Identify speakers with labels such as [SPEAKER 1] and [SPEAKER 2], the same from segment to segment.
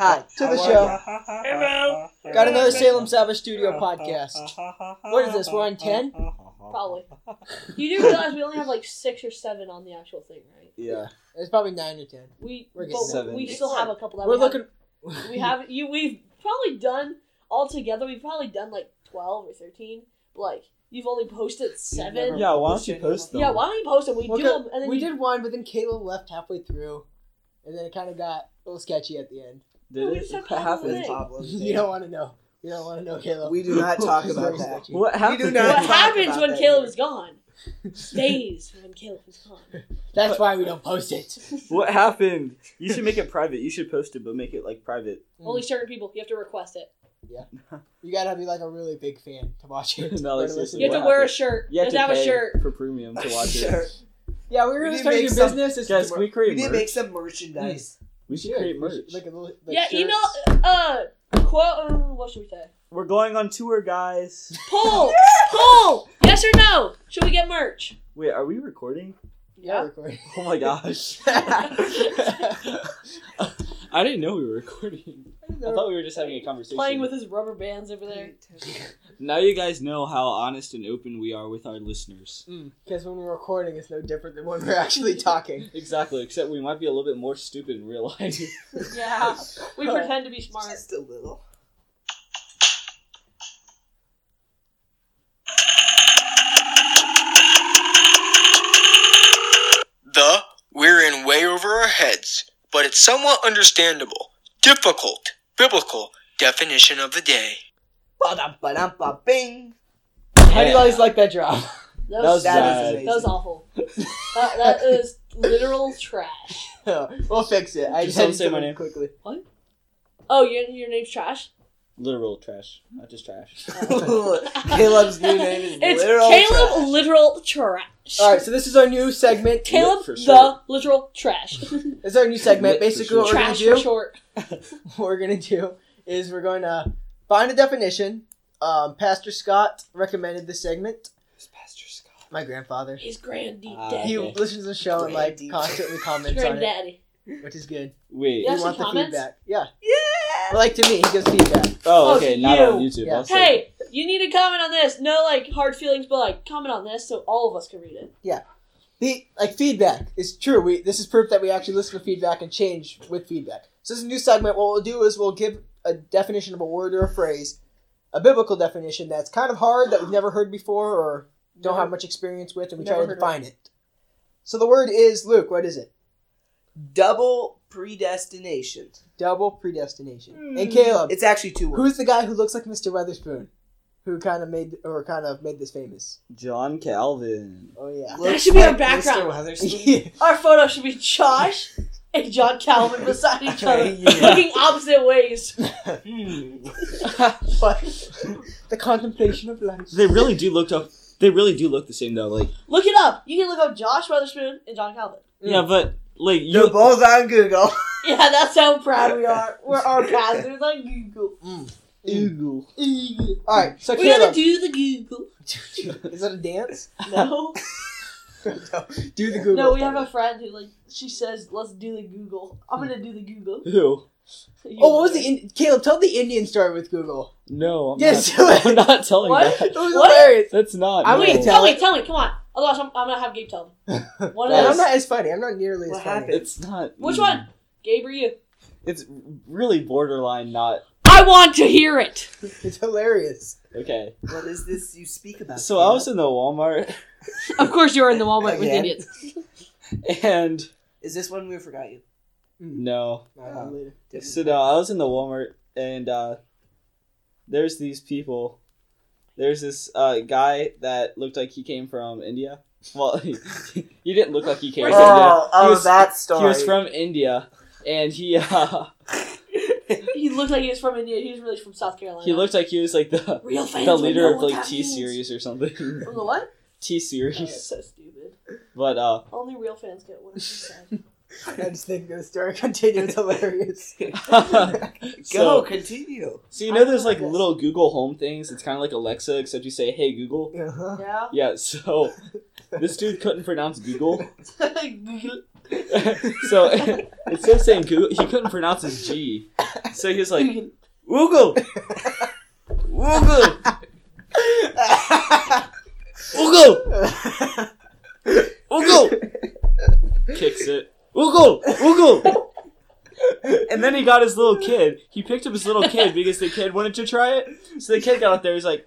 [SPEAKER 1] Hi, to the show.
[SPEAKER 2] Hello.
[SPEAKER 1] Got another Salem Savage Studio podcast. What is this? We're on 10?
[SPEAKER 3] Probably. You do realize we only have like six or seven on the actual thing, right?
[SPEAKER 4] Yeah.
[SPEAKER 1] It's probably 9 or 10.
[SPEAKER 3] We
[SPEAKER 1] We're getting
[SPEAKER 3] but
[SPEAKER 4] seven.
[SPEAKER 3] we still have a couple that
[SPEAKER 1] We're
[SPEAKER 3] we haven't-
[SPEAKER 1] looking.
[SPEAKER 3] we have you we've probably done altogether we've probably done like 12 or 13 but like you've only posted seven
[SPEAKER 4] Yeah, why don't you post them?
[SPEAKER 3] yeah why don't you post them we
[SPEAKER 1] Look
[SPEAKER 3] do
[SPEAKER 1] at-
[SPEAKER 3] them and then
[SPEAKER 1] we
[SPEAKER 3] you,
[SPEAKER 1] did one, but then Caleb left halfway through, and then it kind of got a little sketchy at the end.
[SPEAKER 4] Did
[SPEAKER 3] we
[SPEAKER 4] it?
[SPEAKER 3] just have
[SPEAKER 4] What happened?
[SPEAKER 3] Hey.
[SPEAKER 1] you don't want to know. You don't want to know, Caleb.
[SPEAKER 5] We do not talk
[SPEAKER 1] It's
[SPEAKER 5] about
[SPEAKER 1] very
[SPEAKER 5] that.
[SPEAKER 1] sketchy.
[SPEAKER 4] What happened?
[SPEAKER 5] not
[SPEAKER 3] what
[SPEAKER 5] talk
[SPEAKER 3] happens
[SPEAKER 5] about
[SPEAKER 3] when
[SPEAKER 5] that
[SPEAKER 3] caleb
[SPEAKER 5] here.
[SPEAKER 3] is gone stays when caleb is gone
[SPEAKER 1] That's why we don't post it.
[SPEAKER 4] What happened? You should make it private. You should post it, but make it like private.
[SPEAKER 3] only certain people you have to request it
[SPEAKER 1] You gotta be like a really big fan to watch it.
[SPEAKER 4] No,
[SPEAKER 1] or to
[SPEAKER 4] seriously.
[SPEAKER 1] listen
[SPEAKER 3] you have
[SPEAKER 4] What
[SPEAKER 3] to wear a
[SPEAKER 4] happened?
[SPEAKER 3] shirt
[SPEAKER 4] You have to
[SPEAKER 3] have
[SPEAKER 4] pay
[SPEAKER 3] a shirt
[SPEAKER 4] for premium to watch
[SPEAKER 5] Sure.
[SPEAKER 4] it.
[SPEAKER 1] Yeah, we were
[SPEAKER 5] We
[SPEAKER 1] gonna
[SPEAKER 5] need to
[SPEAKER 1] start a new
[SPEAKER 5] make some-
[SPEAKER 1] business. It's
[SPEAKER 4] Guys,
[SPEAKER 1] just-
[SPEAKER 4] can we
[SPEAKER 5] We
[SPEAKER 4] create
[SPEAKER 5] need to
[SPEAKER 4] merch?
[SPEAKER 5] make some merchandise.
[SPEAKER 4] we should create merch.
[SPEAKER 1] Like a little, like
[SPEAKER 3] yeah
[SPEAKER 1] shirts.
[SPEAKER 3] email uh quote uh, what should we say
[SPEAKER 4] We're going on tour, guys.
[SPEAKER 3] poll poll yes or no should we get merch
[SPEAKER 4] Wait, are we recording?
[SPEAKER 1] Yeah, recording.
[SPEAKER 4] Oh my gosh. I didn't know we were recording. I thought we were just having a conversation.
[SPEAKER 3] playing with his rubber bands over there
[SPEAKER 4] Now you guys know how honest and open we are with our listeners.
[SPEAKER 5] Mm.
[SPEAKER 1] Because when we're recording, it's no different than when we're actually talking.
[SPEAKER 3] Mm.
[SPEAKER 4] Exactly, except we might be a little bit more stupid in real life.
[SPEAKER 3] yeah we pretend to be smart
[SPEAKER 5] Just a little.
[SPEAKER 2] The we're in way over our heads, but it's somewhat understandable. Difficult biblical definition of the day.
[SPEAKER 5] Ba-dum, ba-dum, ba-bing.
[SPEAKER 1] How do you always like that drop?
[SPEAKER 4] That
[SPEAKER 3] That was,
[SPEAKER 4] was
[SPEAKER 3] that,
[SPEAKER 5] That
[SPEAKER 4] bad.
[SPEAKER 5] is amazing.
[SPEAKER 3] was, that was awful. that, that is literal trash.
[SPEAKER 1] we'll fix it. I
[SPEAKER 4] Just
[SPEAKER 1] had
[SPEAKER 4] don't say my
[SPEAKER 1] something
[SPEAKER 4] name.
[SPEAKER 1] quickly.
[SPEAKER 3] Oh, your your name's trash.
[SPEAKER 4] Literal trash, not just trash.
[SPEAKER 5] Caleb's new name is
[SPEAKER 3] It's
[SPEAKER 5] literal
[SPEAKER 3] Caleb
[SPEAKER 5] trash.
[SPEAKER 3] literal trash.
[SPEAKER 1] All right, so this is our new segment.
[SPEAKER 3] Caleb
[SPEAKER 4] Lit for
[SPEAKER 3] the
[SPEAKER 4] short.
[SPEAKER 3] literal trash.
[SPEAKER 1] This is our new segment.
[SPEAKER 4] Lit for
[SPEAKER 1] Basically,
[SPEAKER 4] sure.
[SPEAKER 1] what we're gonna
[SPEAKER 3] trash for
[SPEAKER 1] do
[SPEAKER 3] short.
[SPEAKER 1] what we're gonna do is we're going to find a definition. Um, Pastor Scott recommended this segment.
[SPEAKER 4] Who's Pastor Scott?
[SPEAKER 1] My grandfather.
[SPEAKER 3] His grand deep
[SPEAKER 4] Ah,
[SPEAKER 3] daddy.
[SPEAKER 1] He
[SPEAKER 4] Okay.
[SPEAKER 1] listens to the show and like
[SPEAKER 5] Granddaddy.
[SPEAKER 1] constantly
[SPEAKER 3] His
[SPEAKER 1] Uh, comments on it,
[SPEAKER 3] granddaddy.
[SPEAKER 1] which is good.
[SPEAKER 4] Wait.
[SPEAKER 1] we
[SPEAKER 3] Yeah. Actually
[SPEAKER 1] want the
[SPEAKER 3] comments?
[SPEAKER 1] feedback. Yeah,
[SPEAKER 5] Yeah.
[SPEAKER 1] Well, like to me, he gives feedback.
[SPEAKER 4] Oh,
[SPEAKER 3] Oh,
[SPEAKER 4] okay, not
[SPEAKER 3] you.
[SPEAKER 4] on YouTube.
[SPEAKER 1] Yeah.
[SPEAKER 4] I'll say-
[SPEAKER 3] Hey, you need to comment on this. No like hard feelings, but like comment on this so all of us can read it.
[SPEAKER 1] He like feedback. It's true. We this is proof that we actually listen to feedback and change with feedback. So this is a new segment. What we'll do is we'll give a definition of a word or a phrase, a biblical definition that's kind of hard that we've never heard before or don't have much experience with, and we
[SPEAKER 3] Never
[SPEAKER 1] try to
[SPEAKER 3] heard of
[SPEAKER 1] define it. So the word is Luke. What is it?
[SPEAKER 5] Double predestination.
[SPEAKER 1] Double predestination. And
[SPEAKER 3] Hmm.
[SPEAKER 1] Caleb,
[SPEAKER 5] It's actually two words.
[SPEAKER 1] who's the guy who looks like Mr. Weatherspoon, who kind of made or kind of made this famous?
[SPEAKER 4] John Calvin.
[SPEAKER 1] Oh yeah.
[SPEAKER 3] That should be our background.
[SPEAKER 5] Mr. Weatherspoon.
[SPEAKER 1] Yeah.
[SPEAKER 3] Our photo should be Josh and John Calvin beside each other,
[SPEAKER 5] Yeah.
[SPEAKER 3] looking opposite ways.
[SPEAKER 5] Hmm.
[SPEAKER 1] the contemplation of life.
[SPEAKER 4] They really do look. To- they really do look the same though. Like
[SPEAKER 3] Look it up. You can look up Josh Weatherspoon and John Calvin.
[SPEAKER 4] yeah, but like you.
[SPEAKER 5] They're both on Google.
[SPEAKER 3] Yeah, that's how proud we are. We're our pastors on Google.
[SPEAKER 4] Eagle.
[SPEAKER 1] All right, E. so
[SPEAKER 3] We gotta
[SPEAKER 1] Caleb,
[SPEAKER 3] do the Google.
[SPEAKER 1] is that a dance?
[SPEAKER 3] No,
[SPEAKER 1] no, do the Google.
[SPEAKER 3] no, we
[SPEAKER 1] thing.
[SPEAKER 3] have a friend who like she says, "Let's do the Google." I'm gonna do the Google.
[SPEAKER 4] Who?
[SPEAKER 1] Oh, what was the in- Caleb? Tell the Indian story with Google.
[SPEAKER 4] No, I'm
[SPEAKER 1] Yes, do
[SPEAKER 4] not.
[SPEAKER 1] it.
[SPEAKER 4] I'm not telling
[SPEAKER 3] What?
[SPEAKER 4] that.
[SPEAKER 1] It was
[SPEAKER 3] What?
[SPEAKER 1] hilarious.
[SPEAKER 4] That's not.
[SPEAKER 1] I'm
[SPEAKER 4] no.
[SPEAKER 1] gonna
[SPEAKER 3] Wait,
[SPEAKER 1] tell
[SPEAKER 3] tell me,
[SPEAKER 1] it.
[SPEAKER 3] tell me, come on. Otherwise, I'm, I'm gonna have Gabe tell me. One of
[SPEAKER 4] Yes.
[SPEAKER 1] And
[SPEAKER 3] those.
[SPEAKER 1] I'm not as funny. I'm not nearly
[SPEAKER 5] What
[SPEAKER 1] as funny.
[SPEAKER 5] happened?
[SPEAKER 4] It's not.
[SPEAKER 3] Which one? Gabe or you?
[SPEAKER 4] It's really borderline. Not
[SPEAKER 3] I want to hear it.
[SPEAKER 1] It's hilarious.
[SPEAKER 4] okay.
[SPEAKER 5] what is this you speak about?
[SPEAKER 4] So I was in the Walmart,
[SPEAKER 3] Of course, you're in the Walmart with
[SPEAKER 5] Again?
[SPEAKER 3] idiots.
[SPEAKER 4] and
[SPEAKER 5] Is this one we forgot you?
[SPEAKER 4] no,
[SPEAKER 1] Uh, later.
[SPEAKER 4] So no, I was in the Walmart and uh, there's these people. There's this uh, guy that looked like he came from India. Well, he, he didn't look like he came from India.
[SPEAKER 5] Oh, oh,
[SPEAKER 4] He was-
[SPEAKER 5] that story.
[SPEAKER 4] He was from India, and he uh,
[SPEAKER 3] He looked like he was from India. He was really from South Carolina.
[SPEAKER 4] he looked like he was like the
[SPEAKER 3] real fans.
[SPEAKER 4] the
[SPEAKER 3] would know
[SPEAKER 4] leader of
[SPEAKER 3] what
[SPEAKER 4] like
[SPEAKER 3] that
[SPEAKER 4] T
[SPEAKER 3] means.
[SPEAKER 4] series or something.
[SPEAKER 3] From the what?
[SPEAKER 4] T
[SPEAKER 3] Oh,
[SPEAKER 4] series,
[SPEAKER 3] so stupid.
[SPEAKER 4] but uh,
[SPEAKER 3] Only real fans get what I just said.
[SPEAKER 1] I just think the story continues. It's hilarious.
[SPEAKER 5] Go,
[SPEAKER 4] so
[SPEAKER 5] continue.
[SPEAKER 4] so you know there's like little Google Home things. It's kind of like Alexa, except you say Hey Google.
[SPEAKER 1] Uh-huh.
[SPEAKER 3] Yeah.
[SPEAKER 4] Yeah, so this dude couldn't pronounce Google.
[SPEAKER 3] Google.
[SPEAKER 4] so instead of saying Google, he couldn't pronounce his G. So he was like, Google! Google! Google! Google! Kicks it. Google! Google! And then he got his little kid. He picked up his little kid because the kid wanted to try it. So the kid got up there. He's like,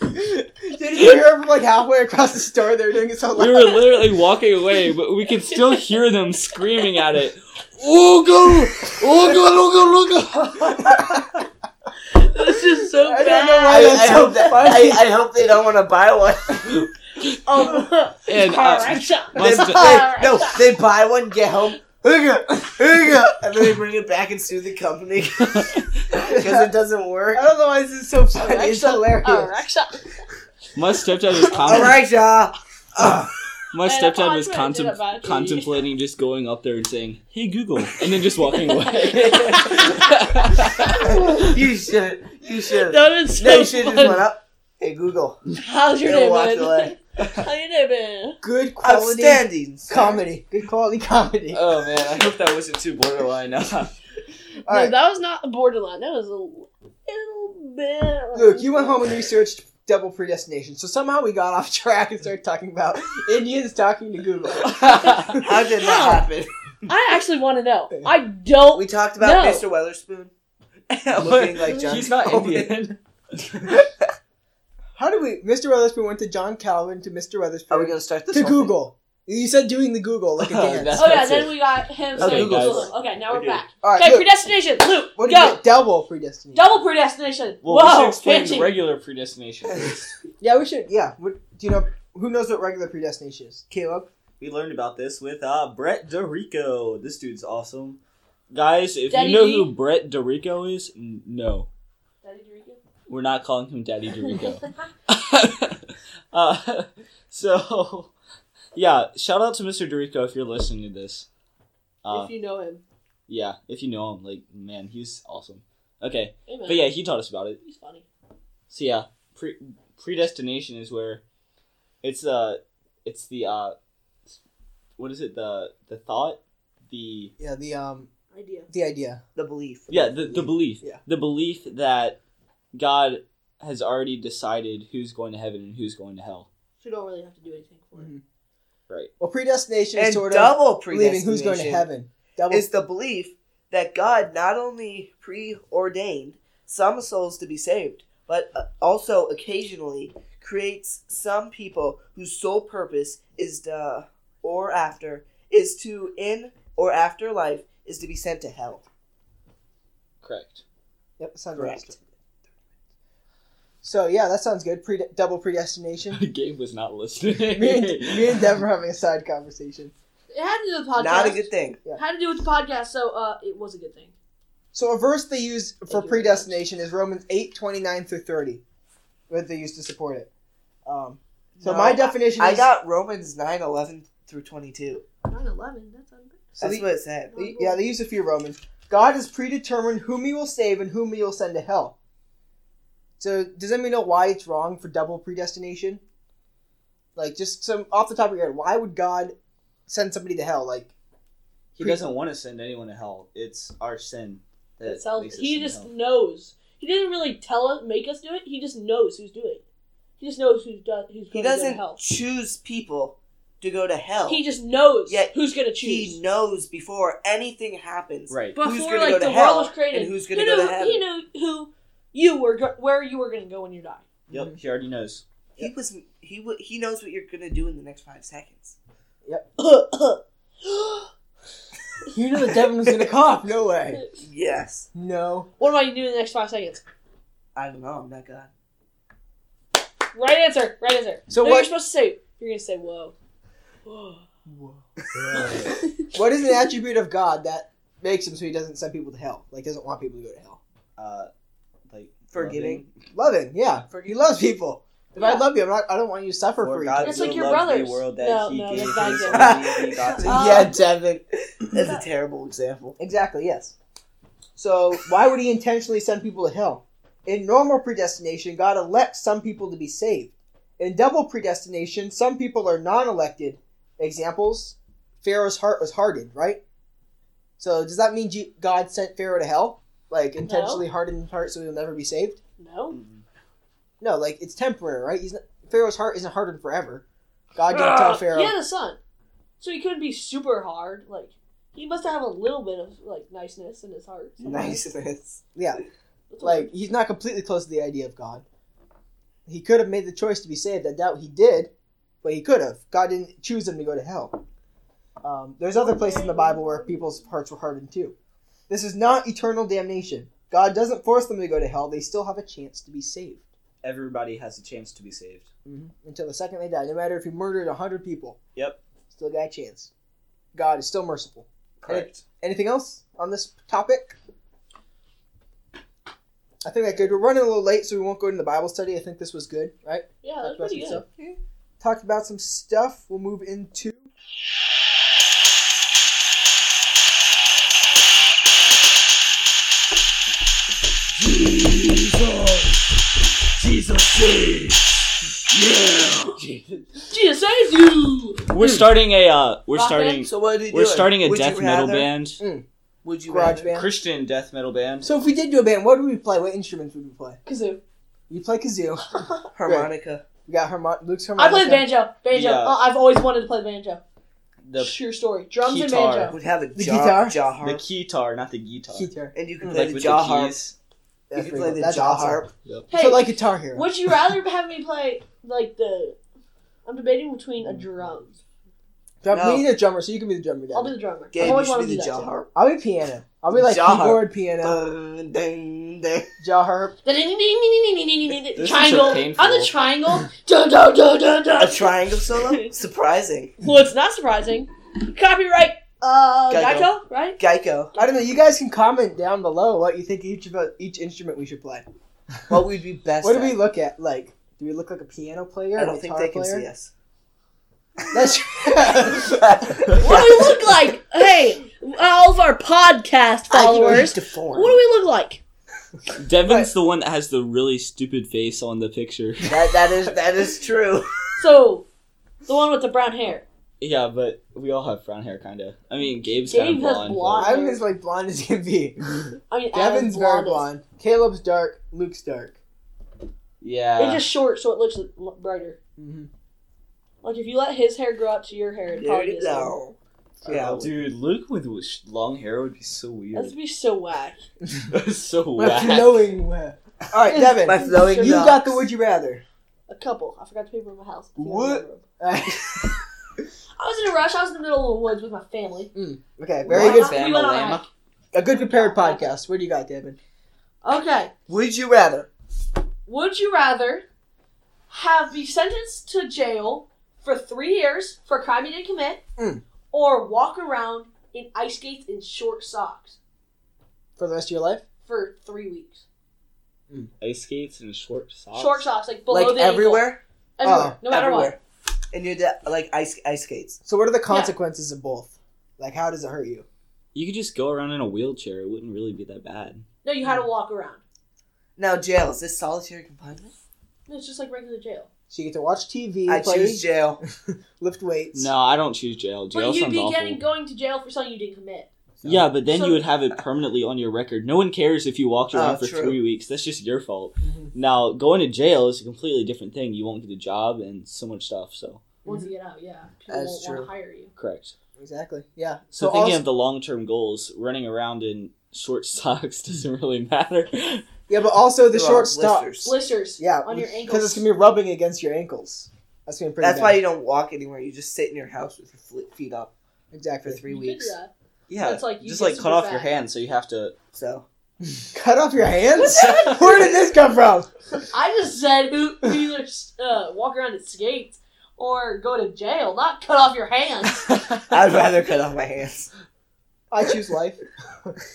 [SPEAKER 1] Did you hear him like halfway across the store? They were doing it so
[SPEAKER 4] we
[SPEAKER 1] loud.
[SPEAKER 4] were literally walking away, but we could still hear them screaming at it. Google! Google! Google! Google!
[SPEAKER 6] This is so
[SPEAKER 1] I don't know
[SPEAKER 6] bad.
[SPEAKER 1] why
[SPEAKER 5] I,
[SPEAKER 1] that's
[SPEAKER 5] I,
[SPEAKER 1] so
[SPEAKER 5] hope that,
[SPEAKER 1] funny.
[SPEAKER 5] I, I hope they don't want to buy one.
[SPEAKER 3] Um,
[SPEAKER 4] And uh,
[SPEAKER 3] correction.
[SPEAKER 5] they,
[SPEAKER 4] Must-
[SPEAKER 5] they, no, they buy one, get home, "Ooga, ooga," and then they bring it back and sue the company because it doesn't work.
[SPEAKER 1] I don't know why this is so funny. It's
[SPEAKER 3] Correction.
[SPEAKER 1] hilarious.
[SPEAKER 3] Correction.
[SPEAKER 4] my stepdad was
[SPEAKER 5] All
[SPEAKER 4] con-
[SPEAKER 5] right, y'all. Uh, Ugh.
[SPEAKER 4] my
[SPEAKER 3] And
[SPEAKER 4] stepdad was
[SPEAKER 3] I did
[SPEAKER 4] contem-
[SPEAKER 3] it about you.
[SPEAKER 4] contemplating just going up there and saying, "Hey Google," and then just walking away.
[SPEAKER 5] you should. You should.
[SPEAKER 6] That is so
[SPEAKER 5] No, you should just
[SPEAKER 6] funny.
[SPEAKER 5] went up. Hey Google.
[SPEAKER 3] How's your
[SPEAKER 5] It'll
[SPEAKER 3] day
[SPEAKER 5] walk
[SPEAKER 3] been?
[SPEAKER 5] away.
[SPEAKER 3] How your day been?
[SPEAKER 1] Good quality
[SPEAKER 5] Outstanding.
[SPEAKER 1] comedy. Good quality comedy.
[SPEAKER 4] oh man, I hope that wasn't too borderline.
[SPEAKER 1] All
[SPEAKER 3] no,
[SPEAKER 1] right.
[SPEAKER 3] that was not borderline. That was a little bit.
[SPEAKER 1] Luke, you went home and researched double predestination. So somehow we got off track and started talking about Indians talking to Google.
[SPEAKER 5] How did that happen?
[SPEAKER 3] I actually want to know. I don't.
[SPEAKER 5] We talked about
[SPEAKER 3] No.
[SPEAKER 5] Mr. Weatherspoon looking like John.
[SPEAKER 4] He's not
[SPEAKER 5] Calvin.
[SPEAKER 4] Indian.
[SPEAKER 1] How do we? Mr. Weatherspoon went to John Calvin to Mr. Weatherspoon
[SPEAKER 5] Are we gonna start this?
[SPEAKER 1] to
[SPEAKER 5] whole thing?
[SPEAKER 1] Google. You said doing the Google like a
[SPEAKER 4] Oh,
[SPEAKER 1] dance.
[SPEAKER 4] that's-
[SPEAKER 3] oh yeah,
[SPEAKER 4] it.
[SPEAKER 3] then we got him.
[SPEAKER 4] Okay,
[SPEAKER 3] saying Google
[SPEAKER 4] guys.
[SPEAKER 3] him. Okay, now we're
[SPEAKER 4] Okay.
[SPEAKER 3] back.
[SPEAKER 1] All right,
[SPEAKER 3] Okay,
[SPEAKER 1] Luke,
[SPEAKER 3] predestination. Luke,
[SPEAKER 1] what did you
[SPEAKER 3] go.
[SPEAKER 1] get? Double predestination.
[SPEAKER 3] Double predestination.
[SPEAKER 4] Well, we should
[SPEAKER 3] Whoa,
[SPEAKER 4] explain
[SPEAKER 3] fancy.
[SPEAKER 4] regular predestination.
[SPEAKER 1] yeah, we should. Yeah, what, do you know? Who knows what regular predestination is? Caleb.
[SPEAKER 4] we learned about this with uh, Brett DeRico. This dude's awesome. Guys, if
[SPEAKER 3] Daddy
[SPEAKER 4] you know
[SPEAKER 3] D?
[SPEAKER 4] who Brett DeRico is, n- no.
[SPEAKER 3] Daddy, do you get-
[SPEAKER 4] We're not calling him Daddy Dorico. uh, so, yeah, shout out to Mr. Dorico if you're listening to this. Uh,
[SPEAKER 3] if you know him,
[SPEAKER 4] yeah, if you know him, like, man, he's awesome. Okay,
[SPEAKER 3] Amen.
[SPEAKER 4] but yeah, he taught us about it.
[SPEAKER 3] he's funny.
[SPEAKER 4] So yeah, pre- predestination is where it's uh it's the uh what is it the the thought the
[SPEAKER 1] Yeah, the um,
[SPEAKER 3] Idea.
[SPEAKER 1] the idea.
[SPEAKER 5] The belief.
[SPEAKER 4] yeah the, the belief
[SPEAKER 1] Yeah.
[SPEAKER 4] the belief that God has already decided who's going to heaven and who's going to hell.
[SPEAKER 3] So you don't really have to do anything for it.
[SPEAKER 1] Mhm.
[SPEAKER 4] Right.
[SPEAKER 1] Well, predestination
[SPEAKER 5] and
[SPEAKER 1] is sort of
[SPEAKER 5] double
[SPEAKER 1] believing
[SPEAKER 5] predestination.
[SPEAKER 1] who's going to heaven. Double.
[SPEAKER 5] Is the belief that God not only preordained some souls to be saved, but uh, also occasionally creates some people whose sole purpose is to or after is to in or after life is to be sent to hell.
[SPEAKER 4] Correct.
[SPEAKER 1] yep, sounds
[SPEAKER 5] Correct.
[SPEAKER 1] right. So yeah, that sounds good. Pre- double predestination.
[SPEAKER 4] Gabe was not listening.
[SPEAKER 1] me, and, me and Deb were having a side conversation.
[SPEAKER 3] It had to do with the podcast.
[SPEAKER 5] Not a good thing.
[SPEAKER 3] Had to do with the podcast, so uh, it was a good thing.
[SPEAKER 1] So a verse they use for
[SPEAKER 3] Thank you.
[SPEAKER 1] predestination is Romans eight twenty nine through thirty, that they use to support it. Um, so
[SPEAKER 5] No,
[SPEAKER 1] my
[SPEAKER 5] I-
[SPEAKER 1] definition
[SPEAKER 5] I
[SPEAKER 1] is
[SPEAKER 5] got Romans 9 11 through 22.
[SPEAKER 3] 9-11, that's unbelievable.
[SPEAKER 1] so
[SPEAKER 5] That's
[SPEAKER 1] the-
[SPEAKER 5] what it said.
[SPEAKER 1] the- yeah they use a few Romans. God has predetermined whom He will save and whom He will send to hell. So does anybody know why it's wrong for double predestination? Like just some off the top of your head, why would God send somebody to hell? Like
[SPEAKER 4] he doesn't want to send anyone to hell. It's our sin that
[SPEAKER 3] It sounds-
[SPEAKER 4] makes us
[SPEAKER 3] he
[SPEAKER 4] sin to
[SPEAKER 3] just
[SPEAKER 4] hell.
[SPEAKER 3] knows. He didn't really tell us, make us do it. He just knows who's doing it. He just knows who's done. Who's
[SPEAKER 5] He
[SPEAKER 3] going to go to
[SPEAKER 5] doesn't
[SPEAKER 3] hell.
[SPEAKER 5] choose people to go to hell.
[SPEAKER 3] He just knows
[SPEAKER 5] Yet
[SPEAKER 3] who's going to
[SPEAKER 5] he
[SPEAKER 3] choose.
[SPEAKER 5] knows before anything happens.
[SPEAKER 4] right.
[SPEAKER 3] Before
[SPEAKER 5] who's gonna
[SPEAKER 3] like
[SPEAKER 5] go to
[SPEAKER 3] the
[SPEAKER 5] hell
[SPEAKER 3] world was created,
[SPEAKER 5] and who's
[SPEAKER 3] he
[SPEAKER 5] gonna go to
[SPEAKER 3] knew-
[SPEAKER 5] heaven.
[SPEAKER 3] He knew who you were, go- where you were going to go when you die.
[SPEAKER 4] Yep. He already knows.
[SPEAKER 5] He was he wa he knows what you're gonna do in the next five seconds.
[SPEAKER 1] you know that Devin was gonna cough. No way.
[SPEAKER 5] Yes.
[SPEAKER 1] No.
[SPEAKER 3] What am I going to do in the next five seconds?
[SPEAKER 5] I don't know. I'm not God.
[SPEAKER 3] Right answer. Right answer.
[SPEAKER 1] So
[SPEAKER 3] No,
[SPEAKER 1] what-
[SPEAKER 3] you're supposed to say? You're going to say, "Whoa." Whoa.
[SPEAKER 1] What is an attribute of God that makes him so he doesn't send people to hell? Like doesn't want people to go to hell.
[SPEAKER 4] Uh, like
[SPEAKER 5] Forgiving.
[SPEAKER 1] Loving, yeah. He loves people. If I
[SPEAKER 3] Yeah.
[SPEAKER 1] love you, I'm not. I don't want you to suffer
[SPEAKER 4] loving- For
[SPEAKER 1] for you.
[SPEAKER 4] God
[SPEAKER 3] That's
[SPEAKER 4] so
[SPEAKER 3] like your
[SPEAKER 4] loved
[SPEAKER 3] brothers.
[SPEAKER 4] The world that
[SPEAKER 3] No,
[SPEAKER 4] he
[SPEAKER 3] no,
[SPEAKER 4] gave
[SPEAKER 3] that's
[SPEAKER 4] his
[SPEAKER 3] not
[SPEAKER 4] only begotten
[SPEAKER 3] Uh,
[SPEAKER 1] yeah, Devin.
[SPEAKER 5] That's a terrible example.
[SPEAKER 1] Exactly. Yes. So why would he intentionally send people to hell? In normal predestination, God elects some people to be saved. In double predestination, some people are non elected. Examples Pharaoh's heart was hardened, right? So does that mean G- God sent Pharaoh to hell? Like intentionally hardened his heart so he'll never be saved?
[SPEAKER 3] No.
[SPEAKER 1] No, like it's temporary, right? He's not, Pharaoh's heart isn't hardened forever. God didn't
[SPEAKER 5] Ah!
[SPEAKER 1] tell Pharaoh.
[SPEAKER 3] He had a son, so he couldn't be super hard. Like he must have a little bit of like niceness in his heart. somewhere.
[SPEAKER 5] Niceness.
[SPEAKER 1] yeah.
[SPEAKER 3] That's what-
[SPEAKER 1] like he's not completely close to the idea of God. He could have made the choice to be saved. I doubt he did, but he could have. God didn't choose him to go to hell. Um, there's other places in the Bible where people's hearts were hardened too. This is not eternal damnation. God doesn't force them to go to hell. They still have a chance to be saved
[SPEAKER 4] Everybody has a chance to be saved.
[SPEAKER 1] until the second they die. No matter if you murdered hundred people,
[SPEAKER 4] Yep.
[SPEAKER 1] still got a chance. God is still merciful.
[SPEAKER 4] Correct.
[SPEAKER 1] Anything else on this topic? I think that good. We're running a little late, so we won't go into the Bible study. I think this was good, right?
[SPEAKER 3] yeah,
[SPEAKER 1] Talked
[SPEAKER 3] that's
[SPEAKER 1] about
[SPEAKER 3] pretty
[SPEAKER 1] some
[SPEAKER 3] good.
[SPEAKER 1] stuff. Talked about some stuff. We'll move into.
[SPEAKER 3] Jesus saves you.
[SPEAKER 4] We're starting a uh, we're
[SPEAKER 3] Rock
[SPEAKER 4] starting
[SPEAKER 5] So what are we
[SPEAKER 4] we're
[SPEAKER 5] doing?
[SPEAKER 4] starting a
[SPEAKER 5] Would you
[SPEAKER 4] death metal
[SPEAKER 5] rather?
[SPEAKER 4] band,
[SPEAKER 5] Would you
[SPEAKER 1] Garage
[SPEAKER 5] rather?
[SPEAKER 1] band.
[SPEAKER 4] Christian death metal band.
[SPEAKER 1] So if we did do a band, what would we play? What instruments would we play?
[SPEAKER 3] Kazoo.
[SPEAKER 1] You play kazoo.
[SPEAKER 5] Harmonica.
[SPEAKER 1] We got Hermon- Luke's harmonica.
[SPEAKER 3] I played banjo. Banjo.
[SPEAKER 4] Yeah.
[SPEAKER 3] Uh, I've always wanted to play banjo.
[SPEAKER 4] the
[SPEAKER 3] True story. Drums
[SPEAKER 4] guitar.
[SPEAKER 3] and banjo.
[SPEAKER 5] Would have a
[SPEAKER 1] The
[SPEAKER 5] jaw,
[SPEAKER 1] guitar?
[SPEAKER 5] jaw
[SPEAKER 4] the
[SPEAKER 5] harp.
[SPEAKER 4] keytar, not the guitar.
[SPEAKER 1] Guitar.
[SPEAKER 5] and you can
[SPEAKER 1] Mm.
[SPEAKER 5] play
[SPEAKER 4] Like
[SPEAKER 5] the
[SPEAKER 4] with
[SPEAKER 5] jaw
[SPEAKER 4] the
[SPEAKER 5] harp.
[SPEAKER 4] keys.
[SPEAKER 5] You
[SPEAKER 1] That's
[SPEAKER 5] can
[SPEAKER 1] pretty
[SPEAKER 5] play
[SPEAKER 1] cool.
[SPEAKER 5] the
[SPEAKER 1] That's
[SPEAKER 5] jaw
[SPEAKER 1] awesome.
[SPEAKER 5] harp.
[SPEAKER 3] Hey,
[SPEAKER 1] So like Guitar Hero.
[SPEAKER 3] would you rather have me play like the? I'm debating between
[SPEAKER 5] Mm.
[SPEAKER 3] a drum.
[SPEAKER 1] Drum-
[SPEAKER 5] No.
[SPEAKER 1] We need a drummer, so you can be the drummer.
[SPEAKER 3] I'll be
[SPEAKER 1] Dad.
[SPEAKER 3] the drummer.
[SPEAKER 5] Gabe,
[SPEAKER 3] I've
[SPEAKER 5] you
[SPEAKER 3] always
[SPEAKER 5] should
[SPEAKER 3] wanted
[SPEAKER 5] be
[SPEAKER 3] to
[SPEAKER 5] the
[SPEAKER 3] do
[SPEAKER 5] jaw
[SPEAKER 3] that.
[SPEAKER 5] harp.
[SPEAKER 1] I'll be piano. I'll be like
[SPEAKER 5] Jaw harp.
[SPEAKER 1] keyboard,
[SPEAKER 5] Uh,
[SPEAKER 1] piano,
[SPEAKER 5] Dun, dun, dun.
[SPEAKER 1] jaw harp.
[SPEAKER 4] This is so
[SPEAKER 3] Triangle.
[SPEAKER 4] painful.
[SPEAKER 3] I'm the triangle. Dun, dun, dun, dun,
[SPEAKER 5] A
[SPEAKER 3] dun.
[SPEAKER 5] triangle solo? Surprising.
[SPEAKER 3] Well, it's not surprising. Copyright. Uh,
[SPEAKER 5] Geico.
[SPEAKER 3] Geico, right?
[SPEAKER 5] Geico.
[SPEAKER 1] I don't know. You guys can comment down below what you think each of each instrument we should play.
[SPEAKER 5] What would be best?
[SPEAKER 1] What do we
[SPEAKER 5] at?
[SPEAKER 1] look at? Like, do we look like a piano player?
[SPEAKER 5] I don't think they can
[SPEAKER 1] player?
[SPEAKER 5] see us.
[SPEAKER 1] That's
[SPEAKER 3] What do we look like? Hey, all of our podcast followers. What do
[SPEAKER 5] Deformed.
[SPEAKER 3] we look like?
[SPEAKER 4] Devin's the one that has the really stupid face on the picture.
[SPEAKER 5] That that is that is true.
[SPEAKER 3] So, the one with the brown hair.
[SPEAKER 4] yeah, but we all have brown hair, kinda. I mean, Gabe's
[SPEAKER 3] Gabe
[SPEAKER 4] kind of
[SPEAKER 3] has
[SPEAKER 4] blonde.
[SPEAKER 3] blonde.
[SPEAKER 1] I'm as like blonde as can be.
[SPEAKER 3] I mean,
[SPEAKER 1] Devin's
[SPEAKER 3] Adam's
[SPEAKER 1] very
[SPEAKER 3] blonde.
[SPEAKER 1] blonde. Caleb's dark. Luke's dark.
[SPEAKER 4] but- Yeah.
[SPEAKER 3] It's just short, so it looks l- brighter.
[SPEAKER 5] Mm-hmm.
[SPEAKER 3] Like if you let his hair grow up to your hair, it'd
[SPEAKER 5] There
[SPEAKER 3] probably
[SPEAKER 5] you
[SPEAKER 3] be the
[SPEAKER 5] go.
[SPEAKER 4] Oh, dude, Luke with with long hair would be so
[SPEAKER 3] same. That'd
[SPEAKER 4] weird.
[SPEAKER 3] be so whack.
[SPEAKER 4] That's so
[SPEAKER 1] My
[SPEAKER 4] whack.
[SPEAKER 1] flowing where. All right, Devin.
[SPEAKER 5] My flowing
[SPEAKER 1] you
[SPEAKER 5] locks.
[SPEAKER 1] got the would you rather.
[SPEAKER 3] A couple. I forgot the paper in my house. I forgot
[SPEAKER 1] What?
[SPEAKER 3] my room. I was in a rush. I was in the middle of the woods with my family.
[SPEAKER 1] okay,
[SPEAKER 3] We
[SPEAKER 1] very
[SPEAKER 3] went
[SPEAKER 1] good.
[SPEAKER 3] on- We went on a
[SPEAKER 4] Family.
[SPEAKER 3] hike.
[SPEAKER 1] A good prepared podcast. What do you got, Devin?
[SPEAKER 3] Okay.
[SPEAKER 5] Would you rather?
[SPEAKER 3] Would you rather have be sentenced to jail for three years for a crime you didn't commit,
[SPEAKER 5] Hmm.
[SPEAKER 1] Mm.
[SPEAKER 3] or walk around in ice skates and short socks
[SPEAKER 1] For the rest of your life?
[SPEAKER 3] for three weeks?
[SPEAKER 4] Ice skates and short socks.
[SPEAKER 3] Short socks, like below
[SPEAKER 5] like
[SPEAKER 3] the ankle.
[SPEAKER 5] everywhere? Oh,
[SPEAKER 3] everywhere, no matter what.
[SPEAKER 5] everywhere. And you're de- like ice ice skates.
[SPEAKER 1] So, what are the consequences of both? Like, how does it hurt you?
[SPEAKER 4] You could just go around in a wheelchair. It wouldn't really be that bad.
[SPEAKER 3] No, you had
[SPEAKER 5] Hmm.
[SPEAKER 3] to walk around.
[SPEAKER 5] Now jail is this solitary confinement?
[SPEAKER 3] No, It's just like regular jail.
[SPEAKER 1] So you get to watch TV,
[SPEAKER 5] I
[SPEAKER 1] play,
[SPEAKER 5] choose jail.
[SPEAKER 1] lift weights.
[SPEAKER 4] No, I don't choose jail. Jail
[SPEAKER 3] but you'd
[SPEAKER 4] sounds
[SPEAKER 3] be
[SPEAKER 4] awful.
[SPEAKER 3] getting going to jail for something you didn't commit.
[SPEAKER 4] Yeah, but then
[SPEAKER 3] So-
[SPEAKER 4] you would have it permanently on your record. No one cares if you walked around
[SPEAKER 5] Oh,
[SPEAKER 4] for
[SPEAKER 5] true.
[SPEAKER 4] three weeks. That's just your fault.
[SPEAKER 1] Mhm.
[SPEAKER 3] Mm-hmm.
[SPEAKER 4] Now, going to jail is a completely different thing. You won't get a job and so much stuff. So,
[SPEAKER 3] Once you get out, yeah, people
[SPEAKER 5] Mm-hmm. That's
[SPEAKER 3] won't
[SPEAKER 5] true.
[SPEAKER 3] want to hire you.
[SPEAKER 4] correct.
[SPEAKER 1] Exactly. Yeah.
[SPEAKER 4] So, thinking
[SPEAKER 1] also-
[SPEAKER 4] of the long term goals, running around in short socks doesn't really matter.
[SPEAKER 1] Yeah, but also the
[SPEAKER 5] They're all
[SPEAKER 1] short stop.
[SPEAKER 5] blisters.
[SPEAKER 3] Blisters,
[SPEAKER 1] Yeah,
[SPEAKER 3] on your ankles.
[SPEAKER 1] because it's gonna be rubbing against your ankles. That's gonna be pretty.
[SPEAKER 5] That's
[SPEAKER 1] bad.
[SPEAKER 5] why you don't walk anywhere. You just sit in your house with your fle- feet up for
[SPEAKER 1] exactly
[SPEAKER 5] three
[SPEAKER 3] You could do
[SPEAKER 5] weeks.
[SPEAKER 3] that.
[SPEAKER 4] yeah,
[SPEAKER 3] It's like you
[SPEAKER 4] just
[SPEAKER 3] get
[SPEAKER 4] like
[SPEAKER 3] super
[SPEAKER 4] cut off
[SPEAKER 3] fat.
[SPEAKER 4] your hand, so you have to.
[SPEAKER 5] So
[SPEAKER 1] cut off your hands. Where did this come from?
[SPEAKER 3] I just said who who either uh, walk around in skates or go to jail, not cut off your hands.
[SPEAKER 5] I'd rather cut off my hands.
[SPEAKER 1] I choose life.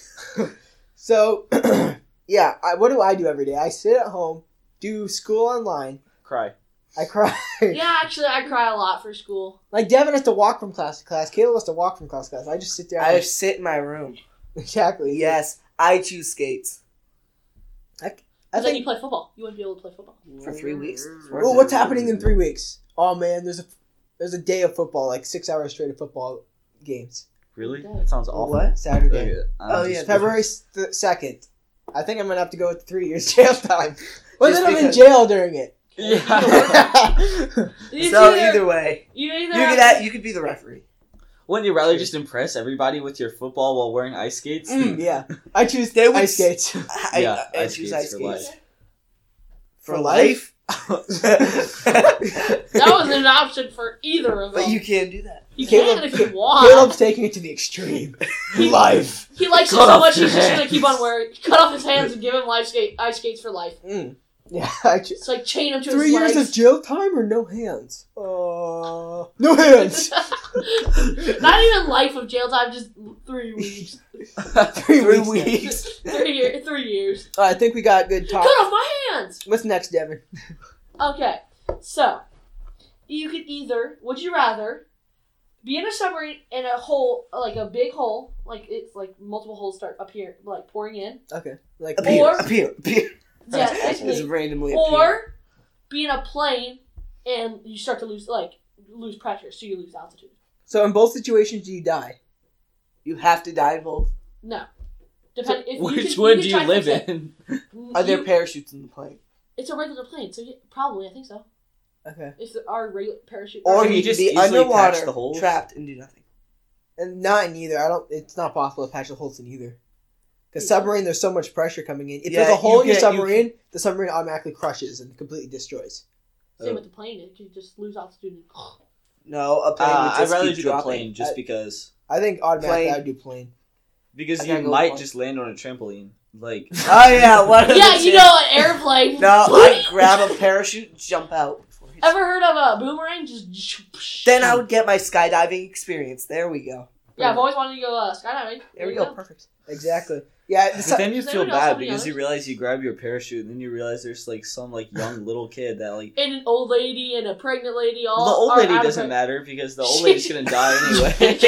[SPEAKER 1] so, yeah, I, what do I do every day? I sit at home, do school online.
[SPEAKER 4] Cry.
[SPEAKER 1] I cry.
[SPEAKER 3] yeah, actually, I cry a lot for school.
[SPEAKER 1] Like Devin has to walk from class to class. Caleb has to walk from class to class. I just sit there.
[SPEAKER 5] I sit in my room.
[SPEAKER 1] exactly.
[SPEAKER 5] Yes, I choose skates.
[SPEAKER 1] I, I
[SPEAKER 3] then you
[SPEAKER 1] think.
[SPEAKER 3] play football. You wouldn't be able to play football.
[SPEAKER 5] For three weeks?
[SPEAKER 1] Well, what's happening in three weeks? Oh man, there's a there's a day of football, like six hours straight of football games.
[SPEAKER 4] Really?
[SPEAKER 3] Yeah.
[SPEAKER 4] That sounds
[SPEAKER 1] Oh,
[SPEAKER 4] awful.
[SPEAKER 5] What?
[SPEAKER 1] Saturday.
[SPEAKER 4] Look at- I'm
[SPEAKER 5] Oh,
[SPEAKER 4] just-
[SPEAKER 5] yeah.
[SPEAKER 1] February second. I think I'm gonna have to go with three years jail time. Well,
[SPEAKER 5] Just
[SPEAKER 1] then I'm in
[SPEAKER 5] because-
[SPEAKER 1] jail during it.
[SPEAKER 4] Yeah.
[SPEAKER 3] It's
[SPEAKER 5] So either way,
[SPEAKER 3] you
[SPEAKER 5] you
[SPEAKER 3] either
[SPEAKER 5] could
[SPEAKER 3] have-
[SPEAKER 5] act- you could be the referee.
[SPEAKER 4] Wouldn't you rather just impress everybody with your football while wearing ice skates? Hmm.
[SPEAKER 1] Mm, yeah, I choose
[SPEAKER 5] They would
[SPEAKER 1] ice
[SPEAKER 5] s-
[SPEAKER 1] skates
[SPEAKER 5] I,
[SPEAKER 4] Yeah,
[SPEAKER 5] I, I
[SPEAKER 4] ice
[SPEAKER 5] choose
[SPEAKER 4] skates
[SPEAKER 5] ice
[SPEAKER 4] for
[SPEAKER 5] skates
[SPEAKER 4] life.
[SPEAKER 5] for life.
[SPEAKER 3] that wasn't an option for either of them.
[SPEAKER 5] but you can do that.
[SPEAKER 3] You
[SPEAKER 1] Caleb-
[SPEAKER 3] can if you want.
[SPEAKER 1] Caleb's taking it to the extreme.
[SPEAKER 3] He-
[SPEAKER 1] Life.
[SPEAKER 3] He likes
[SPEAKER 4] Cut
[SPEAKER 3] it so
[SPEAKER 4] off
[SPEAKER 3] much he's
[SPEAKER 4] your
[SPEAKER 3] just gonna
[SPEAKER 4] hands.
[SPEAKER 3] keep on wearing. Cut off his hands and give him life skate, ice skates for life.
[SPEAKER 1] Mm. Yeah, I cho-
[SPEAKER 3] It's like chain him to
[SPEAKER 1] three
[SPEAKER 3] his
[SPEAKER 1] years
[SPEAKER 3] legs.
[SPEAKER 1] of jail time or no hands. Uh, no hands.
[SPEAKER 3] Not even life of jail time, just three weeks,
[SPEAKER 1] Three,
[SPEAKER 5] Three
[SPEAKER 1] weeks. next.
[SPEAKER 5] weeks.
[SPEAKER 3] three year, three years.
[SPEAKER 1] Uh, I think we got good
[SPEAKER 3] Cut
[SPEAKER 1] talk.
[SPEAKER 3] off my hands.
[SPEAKER 1] What's next, Devin?
[SPEAKER 3] Okay, so you could either would you rather be in a submarine in a hole like a big hole like it's like multiple holes start up here like pouring in
[SPEAKER 1] Okay, like
[SPEAKER 5] Appear,
[SPEAKER 3] Or-
[SPEAKER 5] appear, appear.
[SPEAKER 3] yeah
[SPEAKER 5] Just
[SPEAKER 3] basically
[SPEAKER 5] randomly appear.
[SPEAKER 3] or be in a plane and you start to lose like lose pressure so you lose altitude
[SPEAKER 1] so. In both situations, you die.
[SPEAKER 5] You have to die in both.
[SPEAKER 3] no depend if you
[SPEAKER 4] Which
[SPEAKER 3] could-
[SPEAKER 4] one
[SPEAKER 3] could
[SPEAKER 4] do
[SPEAKER 3] try
[SPEAKER 4] you
[SPEAKER 3] to
[SPEAKER 4] live
[SPEAKER 3] fix it.
[SPEAKER 4] in?
[SPEAKER 5] Are there
[SPEAKER 3] You-
[SPEAKER 5] parachutes in the plane?
[SPEAKER 3] it's a regular plane so yeah, probably I think so
[SPEAKER 1] Okay,
[SPEAKER 3] if there are regular parachute
[SPEAKER 5] Or
[SPEAKER 4] Can
[SPEAKER 5] you
[SPEAKER 4] you
[SPEAKER 5] just
[SPEAKER 4] just
[SPEAKER 5] be
[SPEAKER 4] easily patch
[SPEAKER 5] underwater,
[SPEAKER 4] the holes?
[SPEAKER 5] trapped, and do nothing.
[SPEAKER 1] and not in either. I don't. It's not possible to patch the holes in either. Because submarine, there's so much pressure coming in. If
[SPEAKER 5] Yeah,
[SPEAKER 1] there's a hole
[SPEAKER 5] you
[SPEAKER 1] in your
[SPEAKER 5] get- you-
[SPEAKER 1] submarine, the submarine automatically crushes and completely destroys.
[SPEAKER 3] same with the plane it could just lose altitude and
[SPEAKER 5] No, a plane
[SPEAKER 4] Uh,
[SPEAKER 5] would
[SPEAKER 4] I'd
[SPEAKER 5] just
[SPEAKER 4] rather
[SPEAKER 5] keep
[SPEAKER 4] do the
[SPEAKER 5] dropping.
[SPEAKER 4] plane just
[SPEAKER 1] I-
[SPEAKER 4] because.
[SPEAKER 1] I think automatically
[SPEAKER 5] Plane.
[SPEAKER 1] I would do plane.
[SPEAKER 4] Because
[SPEAKER 5] I
[SPEAKER 4] you
[SPEAKER 5] gotta go
[SPEAKER 4] might
[SPEAKER 5] on.
[SPEAKER 4] just land on a trampoline. Like.
[SPEAKER 5] Oh yeah, what? are
[SPEAKER 3] yeah,
[SPEAKER 5] the
[SPEAKER 3] you
[SPEAKER 5] chances?
[SPEAKER 3] know, an airplane.
[SPEAKER 5] No, I grab a parachute, and jump out. before it's-
[SPEAKER 3] Ever heard of a boomerang? Just
[SPEAKER 5] Then I would get my skydiving experience. There we go.
[SPEAKER 3] yeah. I've always wanted to go uh, skydiving.
[SPEAKER 5] There we go.
[SPEAKER 3] Yeah.
[SPEAKER 5] Perfect.
[SPEAKER 1] Exactly. Yeah. The
[SPEAKER 4] But
[SPEAKER 1] su-
[SPEAKER 4] then you
[SPEAKER 3] Does
[SPEAKER 4] feel
[SPEAKER 3] anyone else
[SPEAKER 4] bad
[SPEAKER 3] have any
[SPEAKER 4] because you
[SPEAKER 3] others?
[SPEAKER 4] realize you grab your parachute and then you realize there's like some like young little kid that like
[SPEAKER 3] And an old lady and a pregnant lady. All
[SPEAKER 4] the old
[SPEAKER 3] are
[SPEAKER 4] lady
[SPEAKER 3] out of
[SPEAKER 4] doesn't
[SPEAKER 3] it.
[SPEAKER 4] matter because the
[SPEAKER 3] She-
[SPEAKER 4] old lady's gonna die
[SPEAKER 3] She-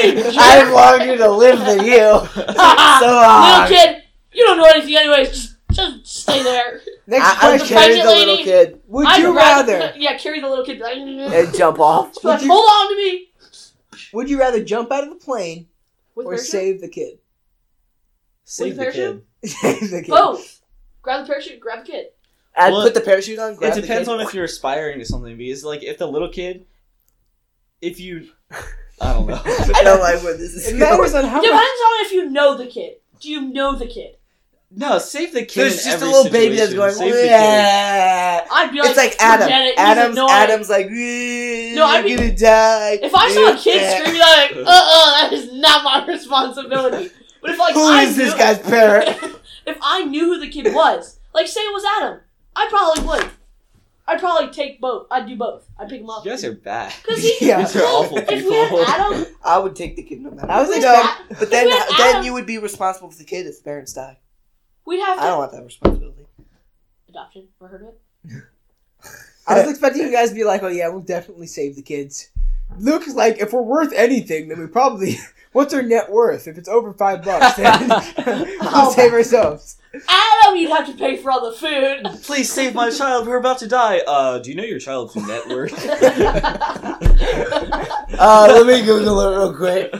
[SPEAKER 4] anyway.
[SPEAKER 1] I'd longer to live than you.
[SPEAKER 5] So
[SPEAKER 3] little
[SPEAKER 5] uh,
[SPEAKER 3] kid, you don't know anything, anyways. Just, just stay there.
[SPEAKER 1] Next
[SPEAKER 5] I- I would
[SPEAKER 1] question.
[SPEAKER 5] carry
[SPEAKER 3] the
[SPEAKER 1] the little
[SPEAKER 3] lady-
[SPEAKER 1] kid. Would
[SPEAKER 3] I'd
[SPEAKER 1] you rather?
[SPEAKER 3] Yeah, carry the little kid. Like,
[SPEAKER 5] and jump off.
[SPEAKER 1] would, you,
[SPEAKER 3] hold on to me.
[SPEAKER 1] would you rather jump out of the plane
[SPEAKER 3] With
[SPEAKER 1] or
[SPEAKER 3] parachute?
[SPEAKER 1] save the kid?
[SPEAKER 4] Save the
[SPEAKER 3] parachute?
[SPEAKER 4] kid.
[SPEAKER 1] Save the kid.
[SPEAKER 3] both. Grab the parachute. Grab the kid.
[SPEAKER 5] I'd
[SPEAKER 4] Well,
[SPEAKER 5] put the parachute on. Grab
[SPEAKER 4] it depends
[SPEAKER 5] the
[SPEAKER 4] on if you're aspiring to something because like if the little kid, if you, I don't know.
[SPEAKER 5] I don't like where this is
[SPEAKER 1] It
[SPEAKER 5] going.
[SPEAKER 1] matters on how
[SPEAKER 3] Depends
[SPEAKER 1] much.
[SPEAKER 3] on if you know the kid. Do you know the kid?
[SPEAKER 4] No, save the kid.
[SPEAKER 5] There's
[SPEAKER 4] in
[SPEAKER 5] just a
[SPEAKER 4] every
[SPEAKER 5] little baby that's
[SPEAKER 4] situation.
[SPEAKER 5] going.
[SPEAKER 4] Save the kid.
[SPEAKER 5] Yeah.
[SPEAKER 3] I'd be like,
[SPEAKER 5] It's like Adam.
[SPEAKER 3] forget it, he's
[SPEAKER 5] Adam's
[SPEAKER 3] annoying.
[SPEAKER 5] Adam's like, no,
[SPEAKER 3] I'd
[SPEAKER 5] I'm
[SPEAKER 3] be-
[SPEAKER 5] gonna die.
[SPEAKER 3] If I saw a
[SPEAKER 5] Yeah.
[SPEAKER 3] kid screaming, I'm like, uh uh, that is not my responsibility. But if like
[SPEAKER 5] Who
[SPEAKER 3] I
[SPEAKER 5] is this
[SPEAKER 3] knew-
[SPEAKER 5] guy's parent?
[SPEAKER 3] if I knew who the kid was, like say it was Adam, I probably would. I'd probably take both. I'd do both. I'd pick him up.
[SPEAKER 4] You guys are bad.
[SPEAKER 3] Cause he,
[SPEAKER 1] Yeah.
[SPEAKER 4] These are awful
[SPEAKER 3] If we had
[SPEAKER 4] people.
[SPEAKER 3] Adam,
[SPEAKER 5] I would take the kid no matter.
[SPEAKER 1] I was like,
[SPEAKER 5] what. No,
[SPEAKER 1] no.
[SPEAKER 3] that,
[SPEAKER 5] but then
[SPEAKER 3] we had
[SPEAKER 5] then
[SPEAKER 3] Adam-
[SPEAKER 5] you would be responsible for the kid if the parents die.
[SPEAKER 3] we'd have to
[SPEAKER 5] I don't want that responsibility.
[SPEAKER 3] adoption. Ever heard of it?
[SPEAKER 1] I was expecting you guys to be like, oh yeah, we'll definitely save the kids. Looks like if we're worth anything, then we probably. What's our net worth? If it's over five bucks, then we'll
[SPEAKER 3] Oh.
[SPEAKER 1] save ourselves.
[SPEAKER 3] Adam, you'd have to pay for all the food.
[SPEAKER 4] Please save my child. We're about to die. Uh, do you know your child's net
[SPEAKER 5] Uh, let me Google it real quick.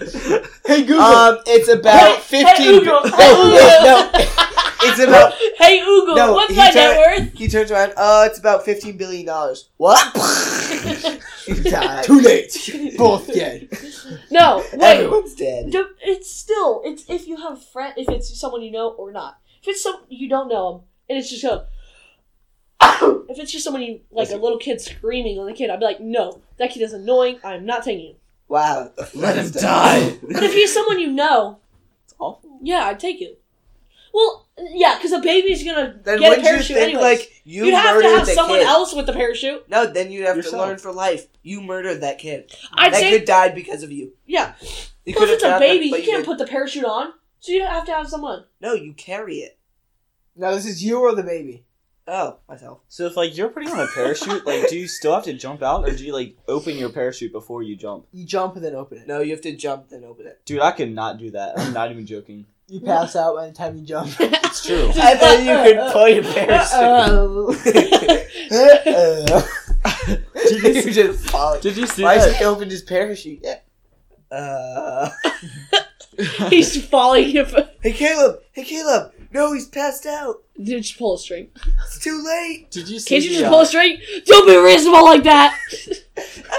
[SPEAKER 1] Hey Google,
[SPEAKER 5] Um, it's about
[SPEAKER 3] Hey,
[SPEAKER 5] fifteen.
[SPEAKER 3] Hey, Google. Hey,
[SPEAKER 5] no, no,
[SPEAKER 3] Google.
[SPEAKER 5] it's about.
[SPEAKER 3] hey, Google.
[SPEAKER 5] No,
[SPEAKER 3] what's
[SPEAKER 5] he
[SPEAKER 3] my
[SPEAKER 5] tried-
[SPEAKER 3] net worth?
[SPEAKER 5] He turns around. Oh, it's about fifteen billion dollars. What? Die.
[SPEAKER 1] too late. Both dead.
[SPEAKER 3] no, wait.
[SPEAKER 5] Everyone's dead.
[SPEAKER 3] Don't- It's still it's if you have friend if it's someone you know or not. If it's some you don't know them and it's just a if it's just someone you like a little kid screaming on the kid, I'd be like, no, that kid is annoying. I'm not taking you.
[SPEAKER 5] Wow.
[SPEAKER 4] Let him die.
[SPEAKER 3] But if he's someone you know,
[SPEAKER 4] It's awful.
[SPEAKER 3] yeah, I'd take you. Well, yeah, because a baby's gonna
[SPEAKER 5] Then
[SPEAKER 3] get a
[SPEAKER 5] wouldn't you
[SPEAKER 3] parachute
[SPEAKER 5] think
[SPEAKER 3] anyways.
[SPEAKER 5] like you
[SPEAKER 3] You'd have to
[SPEAKER 5] murdered
[SPEAKER 3] have
[SPEAKER 5] the
[SPEAKER 3] someone
[SPEAKER 5] kid?
[SPEAKER 3] else with the parachute.
[SPEAKER 5] No, then you'd have to
[SPEAKER 4] Yourself.
[SPEAKER 5] learn for life. You murdered that kid.
[SPEAKER 3] I'd
[SPEAKER 5] that
[SPEAKER 3] say-
[SPEAKER 5] kid died because of you.
[SPEAKER 3] Yeah,
[SPEAKER 5] You
[SPEAKER 3] because
[SPEAKER 5] could've
[SPEAKER 3] it's a
[SPEAKER 5] found that,
[SPEAKER 3] baby,
[SPEAKER 5] but
[SPEAKER 3] he can't
[SPEAKER 5] didn't.
[SPEAKER 3] put the parachute on, so you'd have to have someone.
[SPEAKER 5] No, you carry it.
[SPEAKER 1] Now this is you or the baby.
[SPEAKER 5] Oh, myself.
[SPEAKER 4] So if like you're putting on a parachute, like do you still have to jump out, or do you like open your parachute before you jump?
[SPEAKER 1] You jump and then open it.
[SPEAKER 5] No, you have to jump then open it.
[SPEAKER 4] Dude, I could not do that. I'm not even joking.
[SPEAKER 1] You pass out by the time you jump.
[SPEAKER 4] It's true.
[SPEAKER 5] I thought you could pull your parachute.
[SPEAKER 4] Did
[SPEAKER 5] you just fall.
[SPEAKER 4] Did you see
[SPEAKER 5] Why is
[SPEAKER 4] that?
[SPEAKER 5] he opened his parachute yet? Uh.
[SPEAKER 3] He's falling. If
[SPEAKER 5] Hey Caleb! Hey Caleb! No, he's passed out.
[SPEAKER 3] dude, just pull a string.
[SPEAKER 5] It's too late.
[SPEAKER 4] Did you see?
[SPEAKER 3] Can't you
[SPEAKER 4] the,
[SPEAKER 3] just
[SPEAKER 4] uh,
[SPEAKER 3] pull a string? Don't be reasonable like that.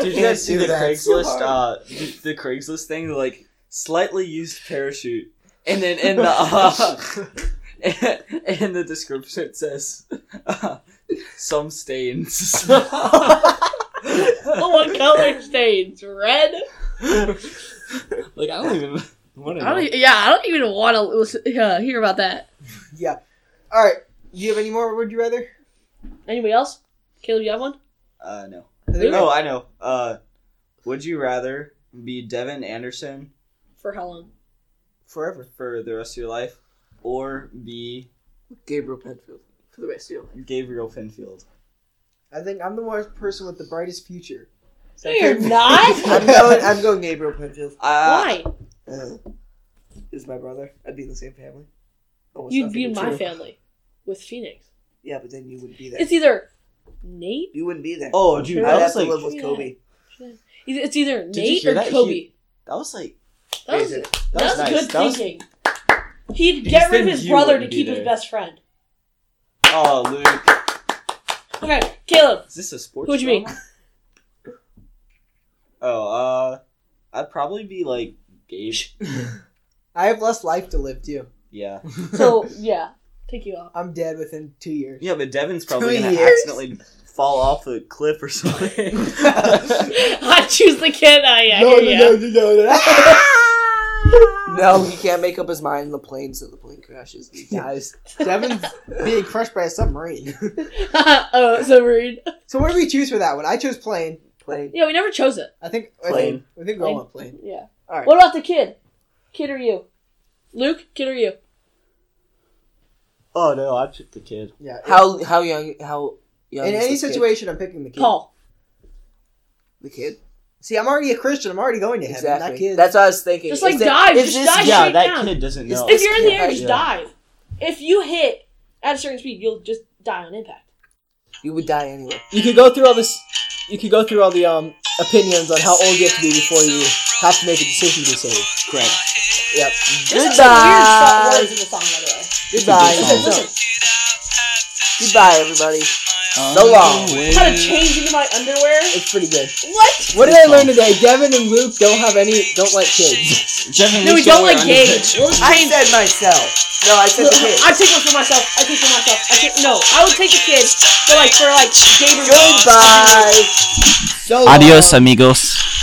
[SPEAKER 4] Did you guys see the Craigslist? Uh, the, the Craigslist thing, like slightly used parachute, and then in the uh, in the description it says uh, some stains.
[SPEAKER 3] oh, what color stains? Red.
[SPEAKER 4] like I don't even want to.
[SPEAKER 3] I don't. e- Yeah, I don't even want to listen, uh, hear about that.
[SPEAKER 1] yeah. All right. Do you have any more? Would you rather?
[SPEAKER 3] Anybody else? Caleb, you have one?
[SPEAKER 4] Uh, no.
[SPEAKER 3] Really?
[SPEAKER 4] Oh, I know. Uh, would you rather be Devin Anderson
[SPEAKER 3] For how long?
[SPEAKER 1] Forever.
[SPEAKER 4] for the rest of your life, or be
[SPEAKER 6] Gabriel Penfield for the rest of your life.
[SPEAKER 4] Gabriel Finfield?
[SPEAKER 1] I think I'm the one person with the brightest future.
[SPEAKER 3] No, you're not.
[SPEAKER 5] I'm going. I'm going. Gabriel Penfield
[SPEAKER 4] Uh,
[SPEAKER 3] Why?
[SPEAKER 5] uh, is my brother. I'd be in the same family. Almost
[SPEAKER 3] You'd
[SPEAKER 5] nothing
[SPEAKER 3] be in
[SPEAKER 5] is
[SPEAKER 3] my
[SPEAKER 5] true.
[SPEAKER 3] family with Phoenix.
[SPEAKER 5] Yeah, but then you wouldn't be there.
[SPEAKER 3] It's either Nate.
[SPEAKER 5] you wouldn't be there.
[SPEAKER 4] Oh, dude,
[SPEAKER 5] I'd
[SPEAKER 4] that
[SPEAKER 5] have
[SPEAKER 4] was
[SPEAKER 5] to
[SPEAKER 4] like
[SPEAKER 5] live with
[SPEAKER 3] Yeah.
[SPEAKER 5] Kobe.
[SPEAKER 3] It's either
[SPEAKER 4] you
[SPEAKER 3] Nate
[SPEAKER 4] hear
[SPEAKER 3] or
[SPEAKER 4] that?
[SPEAKER 3] Kobe.
[SPEAKER 4] He- that was like
[SPEAKER 3] that was,
[SPEAKER 5] Is it?
[SPEAKER 3] that was
[SPEAKER 4] nice.
[SPEAKER 3] good
[SPEAKER 4] That was-
[SPEAKER 3] thinking. He'd
[SPEAKER 4] You
[SPEAKER 3] get rid of
[SPEAKER 4] said
[SPEAKER 3] his
[SPEAKER 4] you
[SPEAKER 3] brother to
[SPEAKER 4] wouldn't be
[SPEAKER 3] keep his
[SPEAKER 4] there.
[SPEAKER 3] best friend.
[SPEAKER 4] oh, Luke,
[SPEAKER 3] Okay, Caleb,
[SPEAKER 4] is this a sports?
[SPEAKER 3] who'd you be?
[SPEAKER 4] drama? Oh, uh, I'd probably be like Gabe.
[SPEAKER 1] I have less life to live too.
[SPEAKER 4] Yeah,
[SPEAKER 3] So yeah, take you off.
[SPEAKER 1] I'm dead within two years.
[SPEAKER 4] yeah, but Devin's probably
[SPEAKER 1] Two
[SPEAKER 4] gonna
[SPEAKER 1] years?
[SPEAKER 4] accidentally fall off a cliff or something.
[SPEAKER 3] I choose the kid. I yeah,
[SPEAKER 1] no,
[SPEAKER 3] hear
[SPEAKER 1] no,
[SPEAKER 3] ya.
[SPEAKER 1] no, no, no, no.
[SPEAKER 5] No, he can't make up his mind in the plane, so the plane crashes. and He dies.
[SPEAKER 1] Devin's being crushed by a submarine.
[SPEAKER 3] oh, that's so rude.
[SPEAKER 1] So what do we choose for that one? I chose plane.
[SPEAKER 5] Plane.
[SPEAKER 3] Yeah, we never chose it.
[SPEAKER 1] I think I think,
[SPEAKER 5] Plane.
[SPEAKER 1] I think we're all on plane.
[SPEAKER 3] Yeah.
[SPEAKER 5] All right.
[SPEAKER 3] What about the kid? Kid or you? Luke, kid or you?
[SPEAKER 4] oh no, I picked the kid.
[SPEAKER 1] Yeah.
[SPEAKER 5] How how young how young
[SPEAKER 1] in
[SPEAKER 5] is
[SPEAKER 1] any
[SPEAKER 5] the kid?
[SPEAKER 1] situation, I'm picking the kid.
[SPEAKER 3] Paul.
[SPEAKER 5] the kid
[SPEAKER 1] See, I'm already a Christian. I'm already going to heaven.
[SPEAKER 5] exactly
[SPEAKER 1] That kid.
[SPEAKER 5] that's what I was thinking.
[SPEAKER 3] Just
[SPEAKER 5] Is
[SPEAKER 3] like
[SPEAKER 5] that-
[SPEAKER 3] dive,
[SPEAKER 5] is
[SPEAKER 3] just
[SPEAKER 5] this-
[SPEAKER 3] dive
[SPEAKER 4] yeah,
[SPEAKER 3] straight
[SPEAKER 4] that
[SPEAKER 3] down.
[SPEAKER 4] kid
[SPEAKER 5] Is
[SPEAKER 4] doesn't know.
[SPEAKER 3] If you're in the air,
[SPEAKER 5] Yeah.
[SPEAKER 3] just dive. If you hit at a certain speed, you'll just die on impact.
[SPEAKER 5] You would die anyway.
[SPEAKER 1] you could go through all this. You could go through all the um opinions on how old you have to be before you have to make a decision to be saved.
[SPEAKER 4] Correct.
[SPEAKER 1] Yep.
[SPEAKER 3] There's some
[SPEAKER 5] Goodbye.
[SPEAKER 3] weird stuff words in the song, by the way.
[SPEAKER 5] Goodbye.
[SPEAKER 4] Listen,
[SPEAKER 1] listen.
[SPEAKER 5] Goodbye, everybody.
[SPEAKER 4] So
[SPEAKER 5] long.
[SPEAKER 3] How to change into my underwear?
[SPEAKER 1] It's pretty good.
[SPEAKER 3] What?
[SPEAKER 1] What did I learn today? Devin and Luke don't have any. Don't like kids.
[SPEAKER 4] Devin,
[SPEAKER 3] No, we
[SPEAKER 4] make sure
[SPEAKER 3] don't
[SPEAKER 4] we're
[SPEAKER 3] like
[SPEAKER 4] under-
[SPEAKER 3] gays.
[SPEAKER 5] I said myself. No, I said the kid.
[SPEAKER 3] I take one for myself. I take one for myself. I take no. I would take the kid, but like for like Gabriel.
[SPEAKER 5] Goodbye.
[SPEAKER 1] So
[SPEAKER 7] Adios,
[SPEAKER 3] Oh.
[SPEAKER 1] long.
[SPEAKER 7] amigos.